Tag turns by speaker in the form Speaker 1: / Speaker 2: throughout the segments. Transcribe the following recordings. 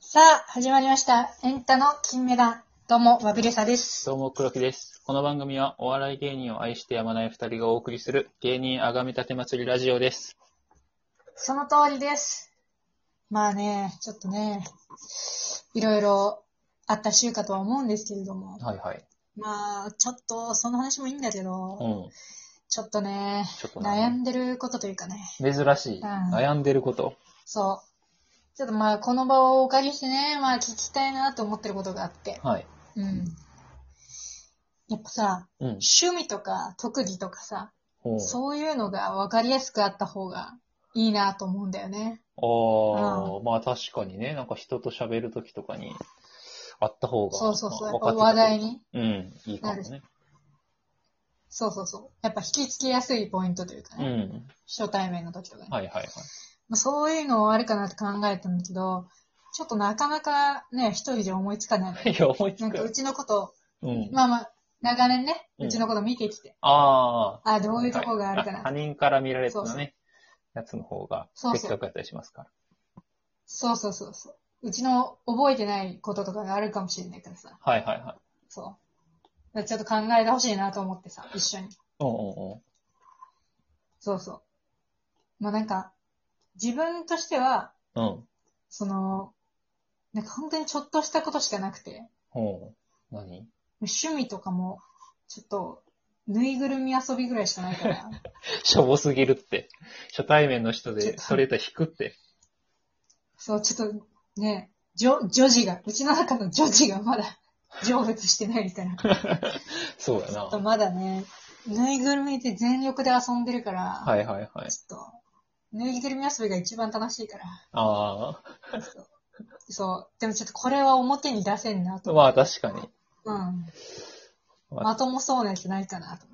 Speaker 1: さあ、始まりました。エンタの金メダル。どうも、わびれさです。
Speaker 2: どうも、黒木です。この番組はお笑い芸人を愛してやまない二人がお送りする芸人あがめたて祭りラジオです。
Speaker 1: その通りです。まあね、ちょっとね、いろいろあった週かとは思うんですけれども。
Speaker 2: はいはい。
Speaker 1: まあ、ちょっと、その話もいいんだけど、
Speaker 2: うん。
Speaker 1: ちょっとね、
Speaker 2: ちょっと
Speaker 1: 悩
Speaker 2: ね
Speaker 1: んでることというかね、
Speaker 2: 珍しい。
Speaker 1: うん
Speaker 2: 悩んでること。
Speaker 1: そう。ちょっとまあ、この場をお借りしてね、まあ、聞きたいなと思ってることがあって。
Speaker 2: はい。
Speaker 1: うん。やっぱさ、
Speaker 2: うん。
Speaker 1: 趣味とか特技とかさ、
Speaker 2: おう
Speaker 1: そういうのが分かりやすくあった方がいいなと思うんだよね。
Speaker 2: ああ、まあ確かにね、なんか人と喋るときとかに、あった方が、
Speaker 1: そうそうそう。やっ
Speaker 2: 分か
Speaker 1: ぱ
Speaker 2: ってた
Speaker 1: 話題に。
Speaker 2: うん、いいかもね。
Speaker 1: そうそうそう。やっぱ引きつけやすいポイントというか
Speaker 2: う
Speaker 1: ね。
Speaker 2: ん。
Speaker 1: 初対面の時とかね。
Speaker 2: はいはいはい。
Speaker 1: まあ、そういうのあるかなって考えたんだけど、ちょっとなかなかね、一人じゃ思いつかないの。
Speaker 2: いや、 思い
Speaker 1: な
Speaker 2: つ
Speaker 1: んかう
Speaker 2: く。
Speaker 1: ちのこと、
Speaker 2: うん。
Speaker 1: まあまあ、長年ね、
Speaker 2: うん
Speaker 1: うちのこと見てきて、
Speaker 2: ああ。
Speaker 1: ああ、どういうとこがあるかな。
Speaker 2: 他人から見られた
Speaker 1: そうそう
Speaker 2: ね、やつの方が
Speaker 1: そうそう
Speaker 2: 的確だったりしますから。
Speaker 1: そうそうそうそう。うちの覚えてないこととかがあるかもしれないからさ。
Speaker 2: はいはいはい。
Speaker 1: そう。だからちょっと考えてほしいなと思ってさ、一緒に。
Speaker 2: うんうんうん。
Speaker 1: そうそう。まあなんか、自分としては、
Speaker 2: うん。
Speaker 1: その、なんか本当にちょっとしたことしかなくて、
Speaker 2: ほう。何
Speaker 1: 趣味とかも、ちょっと、ぬいぐるみ遊びぐらいしかない から、
Speaker 2: しょぼすぎるって。初対面の人
Speaker 1: ちょっ
Speaker 2: で
Speaker 1: と
Speaker 2: それと引くって。
Speaker 1: そう、ちょっとね、じょ、女児が、うちの中の女児が まだ成仏してないみたいな。ち
Speaker 2: そうや
Speaker 1: ょっと
Speaker 2: な。
Speaker 1: まだね、ぬいぐるみで全力で遊んでるから、
Speaker 2: はいはいはい。
Speaker 1: ちょっと、ぬいぐるみ遊びが一番楽しいから、
Speaker 2: あ
Speaker 1: そう、でもちょっとこれは表に出せんな
Speaker 2: あ。
Speaker 1: と。
Speaker 2: まあ確かに。
Speaker 1: うん。
Speaker 2: まあ
Speaker 1: まともそうなやつないかなと。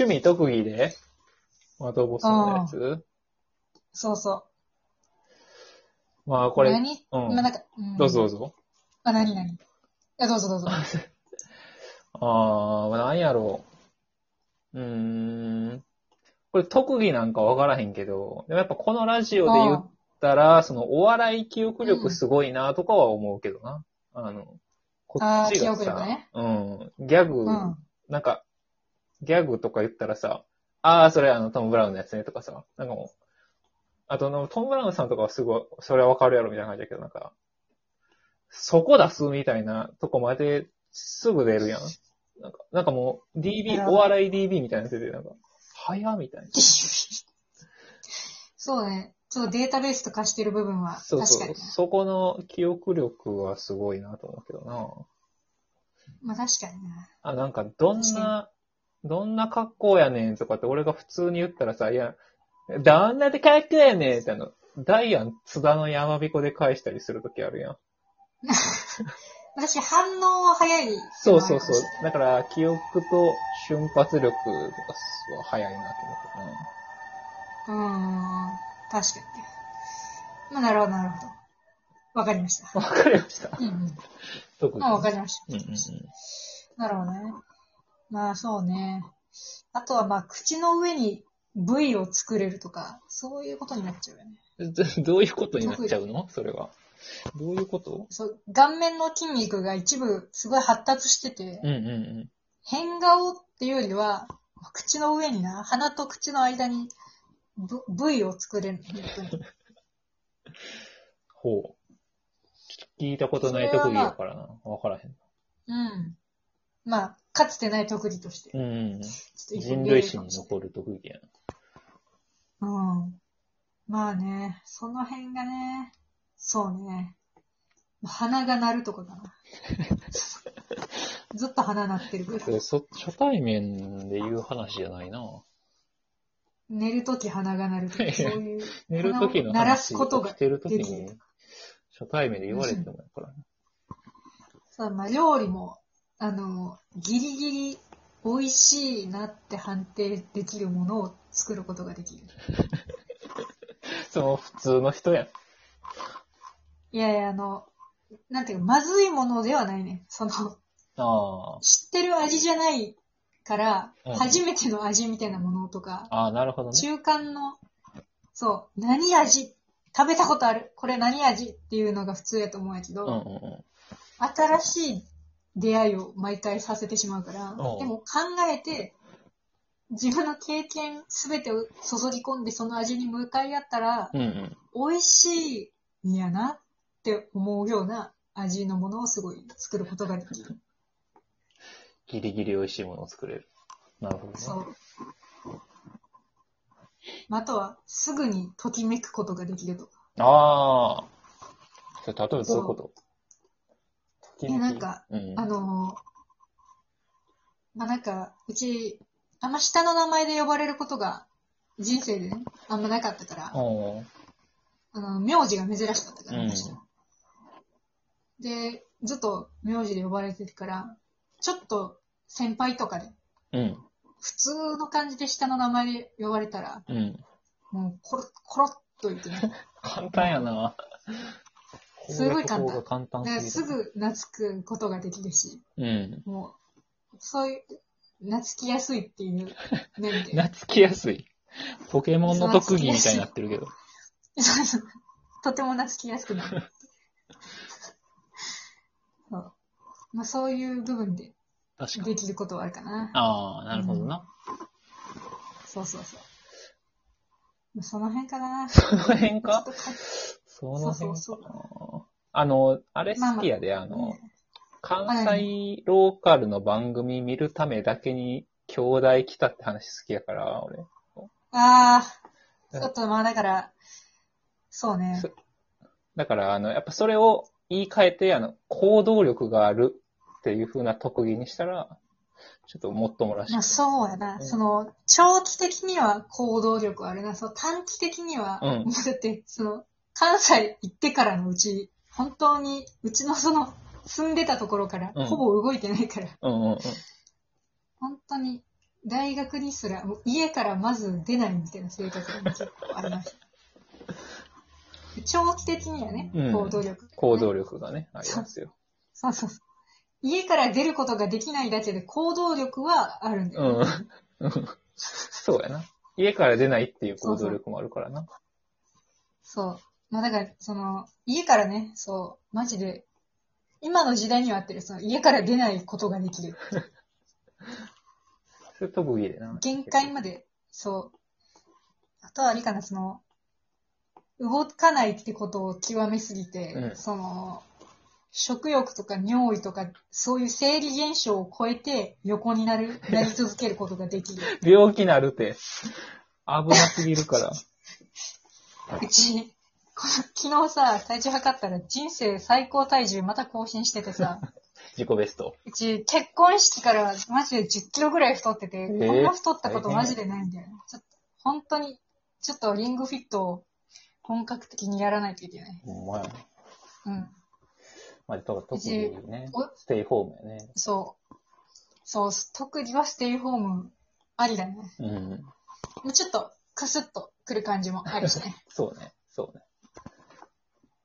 Speaker 2: 趣味特技で、まとボスのやつ
Speaker 1: そうそう。
Speaker 2: まあこれ、
Speaker 1: 何、
Speaker 2: うん
Speaker 1: まあなんか、うん
Speaker 2: どうぞどう。ぞ。
Speaker 1: あ、何何いや、どうぞどうぞ。
Speaker 2: ああ、まあ何やろう。うーん。これ特技なんかわからへんけど、でもやっぱこのラジオで言ったら、そのお笑い記憶力すごいなとかは思うけどな。あの、こっちが
Speaker 1: あー記憶力
Speaker 2: さ、
Speaker 1: ね
Speaker 2: うん、ギャグ、
Speaker 1: うん。うん。
Speaker 2: なんか、ギャグとか言ったらさ、ああ、それあの、トム・ブラウンのやつねとかさ、なんかもう、あとあの、トム・ブラウンさんとかはすごい、それはわかるやろみたいな感じだけど、なんか、そこ出すみたいなとこまですぐ出るやん。なんか、なんかもう、
Speaker 1: なる
Speaker 2: DB、
Speaker 1: ほ
Speaker 2: お
Speaker 1: ど
Speaker 2: 笑い DB みたいなやつで、なんか、早みたいな。
Speaker 1: そうだね。ちょっとデータベースと化してる部分は、
Speaker 2: そう
Speaker 1: 確
Speaker 2: そ
Speaker 1: かに
Speaker 2: う。
Speaker 1: な。
Speaker 2: そこの記憶力はすごいなと思うけどな。
Speaker 1: まあ確かにな。
Speaker 2: あ、なんか、どんな、どんな格好やねんとかって俺が普通に言ったらさ、いや、どんなで格好やねんってあの、ダイアン、津田の山彦で返したりするときあるやん。
Speaker 1: 私、反応は早い。
Speaker 2: そうそうそう。だから、記憶と瞬発力とかは早いなって思
Speaker 1: う
Speaker 2: っ
Speaker 1: ーん。確かにね。まあなるほど、なるほど。わかりました。
Speaker 2: たな。わかりました。
Speaker 1: うんうん。
Speaker 2: 特に。
Speaker 1: まあわかりまし
Speaker 2: うんうんう
Speaker 1: た。
Speaker 2: ん。
Speaker 1: なるほどね。まあそうね。あとはまあ、口の上に部位を作れるとか、そういうことになっちゃうよね。
Speaker 2: ど どういうことになっちゃうのそれは。どういうこと
Speaker 1: そう、顔面の筋肉が一部すごい発達してて、
Speaker 2: うんうんうん。
Speaker 1: 変顔っていうよりは、口の上にな、鼻と口の間にぶ部位を作れるの本当に
Speaker 2: ほう。ちょっと聞いたことない特技やからな。わからへん。
Speaker 1: うん。まあ、かつてない特技として。ちょ
Speaker 2: うんう
Speaker 1: っ
Speaker 2: ん
Speaker 1: と
Speaker 2: うん。
Speaker 1: 一本
Speaker 2: 人
Speaker 1: 出れ
Speaker 2: 類
Speaker 1: る
Speaker 2: 史
Speaker 1: か
Speaker 2: に
Speaker 1: もしれない
Speaker 2: 残る特技やな。
Speaker 1: うん。まあね、その辺がね、そうね。鼻が鳴るとかかな。 ずっと鼻鳴ってるぐらい。
Speaker 2: そ初対面で言う話じゃないな。
Speaker 1: 寝るとき鼻が鳴るとか、そういう。
Speaker 2: 寝る時の
Speaker 1: 鳴らす
Speaker 2: 話
Speaker 1: ことが
Speaker 2: 起きてる時
Speaker 1: でき
Speaker 2: に
Speaker 1: る、
Speaker 2: 初対面で言われてもやから、ね。
Speaker 1: そう、まあ、料理も、あの、ギリギリ美味しいなって判定できるものを作ることができる。
Speaker 2: その普通の人やん。
Speaker 1: いやいや、あの、なんていうか、まずいものではないね。その、
Speaker 2: あ
Speaker 1: 知ってる味じゃないから、
Speaker 2: うん
Speaker 1: 初めての味みたいなものとか
Speaker 2: あ。、ああ、なるほどね。
Speaker 1: 中間の、そう、何味食べたことある、これ何味っていうのが普通やと思うんやけど、
Speaker 2: うんうんうん。
Speaker 1: 新しい出会いを毎回させてしまうから、
Speaker 2: おう
Speaker 1: でも考えて、自分の経験すべてを注ぎ込んでその味に向かい合ったら、
Speaker 2: うんうん。
Speaker 1: 美味しいんやなって思うような味のものをすごい作ることができる。
Speaker 2: ギリギリ美味しいものを作れる。なるほどね。
Speaker 1: そう。あとは、すぐにときめくことができると。
Speaker 2: ああ。それ例えばどういうこと
Speaker 1: えなんか、
Speaker 2: うん
Speaker 1: あのーまあ、なんか、うち、あんま下の名前で呼ばれることが、人生でね、あんまなかったから、
Speaker 2: おー
Speaker 1: あの、名字が珍しかったから、
Speaker 2: うん
Speaker 1: 私はで、ずっと名字で呼ばれてるから、ちょっと先輩とかで、
Speaker 2: うん。
Speaker 1: 普通の感じで下の名前で呼ばれたら、
Speaker 2: うん。
Speaker 1: もうコロッ、コロッと言って ね、
Speaker 2: 簡単やな。
Speaker 1: すごい簡単
Speaker 2: 攻略法が簡単
Speaker 1: だから
Speaker 2: す
Speaker 1: す
Speaker 2: ぎる。
Speaker 1: ぐ懐くことができるし、
Speaker 2: うん。
Speaker 1: もう、そういう、懐きやすいっていう面 で。
Speaker 2: 懐きやすい。ポケモンの特技みたいになってるけど。
Speaker 1: そうそうとても懐きやすくなる。そうまあ、そういう部分で
Speaker 2: 確か
Speaker 1: で
Speaker 2: に。
Speaker 1: きることはあるかな。
Speaker 2: ああ、なるほどな。
Speaker 1: そうそうそう。まあ、その辺かな。
Speaker 2: その辺か
Speaker 1: ちょっとか
Speaker 2: その辺
Speaker 1: そうそう
Speaker 2: かな。あの、あれ好きやで、あの、関西ローカルの番組見るためだけに兄弟来たって話好きやから、俺。
Speaker 1: ああ、ちょっとまあだから、そうね。
Speaker 2: そだから、あの、やっぱそれを言い換えて、あの、行動力があるっていう風な特技にしたら、ちょっともっともらしい
Speaker 1: まあ、。そうやな、
Speaker 2: うん
Speaker 1: その、長期的には行動力あるな。その短期的には、
Speaker 2: うん
Speaker 1: もだって、その、関西行ってからのうち、本当に、うちのその、住んでたところから、
Speaker 2: うん
Speaker 1: ほぼ動いてないから、
Speaker 2: うんうんうん。
Speaker 1: 本当に、大学にすら、もう家からまず出ないみたいな性格が結構ありました。 長期的にはね、
Speaker 2: うん
Speaker 1: 行動力、
Speaker 2: 行動力がね、ありますよ。
Speaker 1: そうそうそう。家から出ることができないだけで行動力はあるんだ
Speaker 2: う
Speaker 1: よね、
Speaker 2: ん。そうやな。家から出ないっていう行動力もあるからな。
Speaker 1: そう。まあだから、その、家からね、そう、マジで、今の時代には合ってる、その、家から出ないことができる。
Speaker 2: それ特技でな。
Speaker 1: 限界まで、そう。あとはあれかな、その、動かないってことを極めすぎて、
Speaker 2: うん
Speaker 1: その、食欲とか尿意とか、そういう生理現象を超えて横にな る、なり続けることができる。
Speaker 2: 病気なるって、危なすぎるから。
Speaker 1: うち、この昨日さ、体重測ったら人生最高体重また更新しててさ、
Speaker 2: 自己ベスト。
Speaker 1: うち、結婚式からマジで10キロぐらい太ってて、
Speaker 2: ー
Speaker 1: こんな太ったことマジでないんだよね。ちょっと、本当に、ちょっとリングフィットを本格的にやらないといけない。
Speaker 2: ほんまやな。
Speaker 1: うん。
Speaker 2: まあ、だから特技ね
Speaker 1: お。
Speaker 2: ステイホームやね。
Speaker 1: そう。そう、特技はステイホームありだね。
Speaker 2: うん。
Speaker 1: もうちょっと、クスッとくる感じもあるしね。
Speaker 2: そうね。そうね。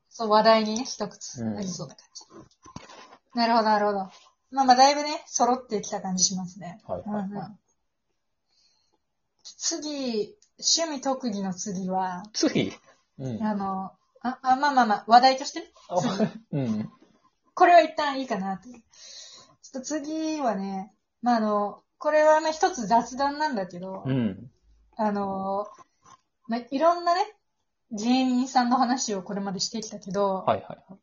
Speaker 1: そう、話題にね、一つありそうな感じ。なるほど、なるほど。まあまあ、だいぶね、揃ってきた感じしますね。
Speaker 2: はいはいはい。
Speaker 1: 次、趣味特技の次は、
Speaker 2: 次うん。
Speaker 1: あの、あ、あまあまあまあ、話題としてね、
Speaker 2: うん。
Speaker 1: これは一旦いいかなという。ちょっと次はね、まああの、これはまあ一つ雑談なんだけど、
Speaker 2: うん。
Speaker 1: あの、まあいろんなね、芸人さんの話をこれまでしてきたけど、
Speaker 2: はいはいはい。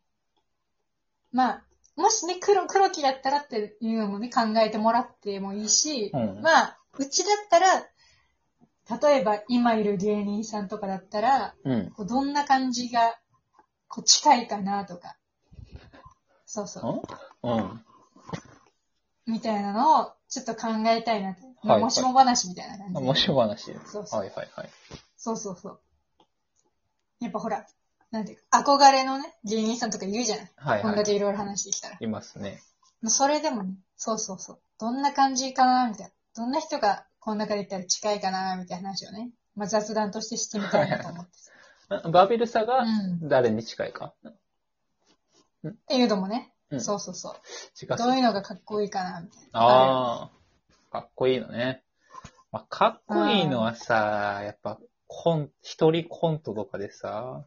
Speaker 1: まあ、もしね、黒、黒木だったらっていうのもね、考えてもらってもいいし、
Speaker 2: うん
Speaker 1: まあ、うちだったら、例えば今いる芸人さんとかだったら、
Speaker 2: うん。
Speaker 1: こうどんな感じが、こう近いかなとか、そうそう、
Speaker 2: うん。
Speaker 1: みたいなのをちょっと考えたいなと。まあ
Speaker 2: はい
Speaker 1: もしも話みたいな感じで。
Speaker 2: もしも話。
Speaker 1: そうそう。
Speaker 2: はいはいはい。
Speaker 1: そうそうそう。やっぱほら、なんていうか、憧れのね、芸人さんとかいるじゃない。
Speaker 2: はい
Speaker 1: こん
Speaker 2: は
Speaker 1: だけ
Speaker 2: い。
Speaker 1: いろいろ話してきたら。
Speaker 2: いますね。
Speaker 1: もうそれでもね、そうそうそう。どんな感じかなみたいな。どんな人がこの中で言ったら近いかなみたいな話をね。まあ、雑談としてしてみたいなと思 って。
Speaker 2: あバビルサ
Speaker 1: う
Speaker 2: が
Speaker 1: ん。っ
Speaker 2: 誰に近いか。
Speaker 1: ていうのもね。
Speaker 2: うん
Speaker 1: そうそうそう。
Speaker 2: 近
Speaker 1: どう
Speaker 2: い。
Speaker 1: いうのがかっこいいかなみたいな。
Speaker 2: ああ。かっこいいのね。まあ、かっこいいのはさ、やっぱ、コン、一人コントとかでさ、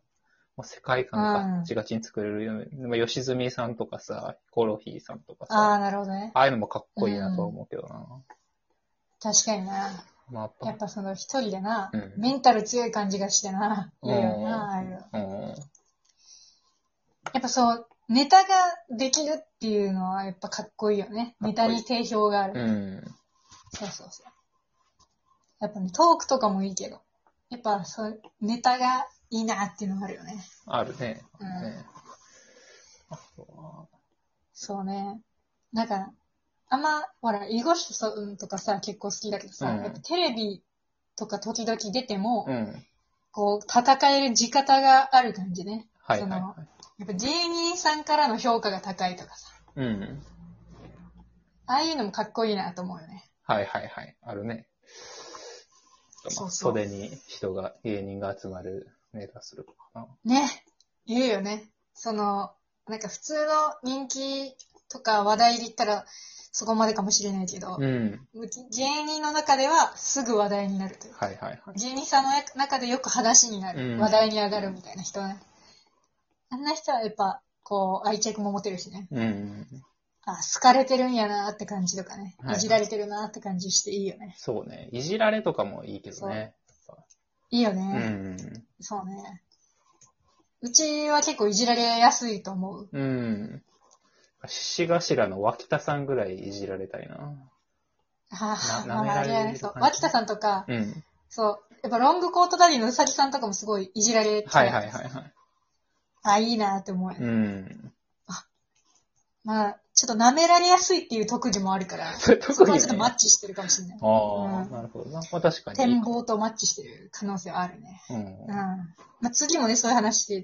Speaker 2: もう世界観がガチガチに作れるよね。まあ、吉住さんとかさ、ヒコロヒーさんとかさ、
Speaker 1: あ
Speaker 2: あ
Speaker 1: あ、なるほどね。
Speaker 2: あいうのもかっこいいなとは思うけどな。
Speaker 1: 確かにな。
Speaker 2: まあ、
Speaker 1: や
Speaker 2: や
Speaker 1: っ
Speaker 2: っ
Speaker 1: ぱ
Speaker 2: ぱ、
Speaker 1: その一人でな、
Speaker 2: うん
Speaker 1: メンタル強い感じがしてな、
Speaker 2: うん
Speaker 1: 嫌やよな、ああいうの。
Speaker 2: うん。
Speaker 1: やっぱそう、ネタができるっていうのはやっぱかっこいいよね。
Speaker 2: かっこいい
Speaker 1: ネタに定評がある。
Speaker 2: うん。
Speaker 1: そうそうそう。やっぱね、トークとかもいいけど、やっぱそう、ネタがいいなっていうのがあるよね。
Speaker 2: あるね。
Speaker 1: うん
Speaker 2: ねあとは
Speaker 1: そうね。なんか、あんま、ほら、囲碁手さんとかさ、結構好きだけどさ、
Speaker 2: うん
Speaker 1: やっぱテレビとか時々出ても、
Speaker 2: うん。
Speaker 1: こう、戦える地方がある感じね。
Speaker 2: はい
Speaker 1: そ
Speaker 2: はい
Speaker 1: の
Speaker 2: はい。
Speaker 1: やっぱ芸人さんからの評価が高いとかさ、
Speaker 2: うん。
Speaker 1: ああいうのもかっこいいなと思うよね。
Speaker 2: はいはいはい。あるね。
Speaker 1: そうそう
Speaker 2: 袖に人が、芸人が集まるネタするとかな。
Speaker 1: ね。言うよね。その、なんか普通の人気とか話題で言ったら、そこまでかもしれないけど、
Speaker 2: うん。
Speaker 1: 芸人の中ではすぐ話題になるというか。
Speaker 2: はいはいはい。
Speaker 1: 芸人さんの中でよく話になる、
Speaker 2: うん
Speaker 1: 話題に上がるみたいな人ね。あんな人はやっぱ、こう、愛着も持てるしね。
Speaker 2: うん。
Speaker 1: あ、好かれてるんやなって感じとかね。
Speaker 2: はい
Speaker 1: いじられてるなって感じしていいよね。
Speaker 2: そうね。いじられとかもいいけどね。
Speaker 1: いいよね。
Speaker 2: うん。
Speaker 1: そうね。うちは結構いじられやすいと思う。
Speaker 2: うん。獅子頭の脇田さんぐらいいじられたいな。
Speaker 1: ああ、
Speaker 2: な
Speaker 1: まあまあ、あ
Speaker 2: 舐められ
Speaker 1: れ
Speaker 2: る
Speaker 1: はね、そう。
Speaker 2: 感じ
Speaker 1: 脇田さんとか、
Speaker 2: うん。
Speaker 1: そう、やっぱロングコートダディのうさぎさんとかもすごいいじられて、
Speaker 2: はいはいはいはい。
Speaker 1: あ、いいなって思う。
Speaker 2: うん。
Speaker 1: まあ、ちょっと舐められやすいっていう特技もあるから、
Speaker 2: それ
Speaker 1: そ
Speaker 2: 特
Speaker 1: こ
Speaker 2: に、
Speaker 1: は
Speaker 2: ね。
Speaker 1: ちょっとマッチしてるかもしれない。
Speaker 2: ああ、
Speaker 1: うん
Speaker 2: なるほどな。まあ確かに。
Speaker 1: 展望とマッチしてる可能性はあるね。
Speaker 2: うん
Speaker 1: うん。まあ、次もね、そういう話で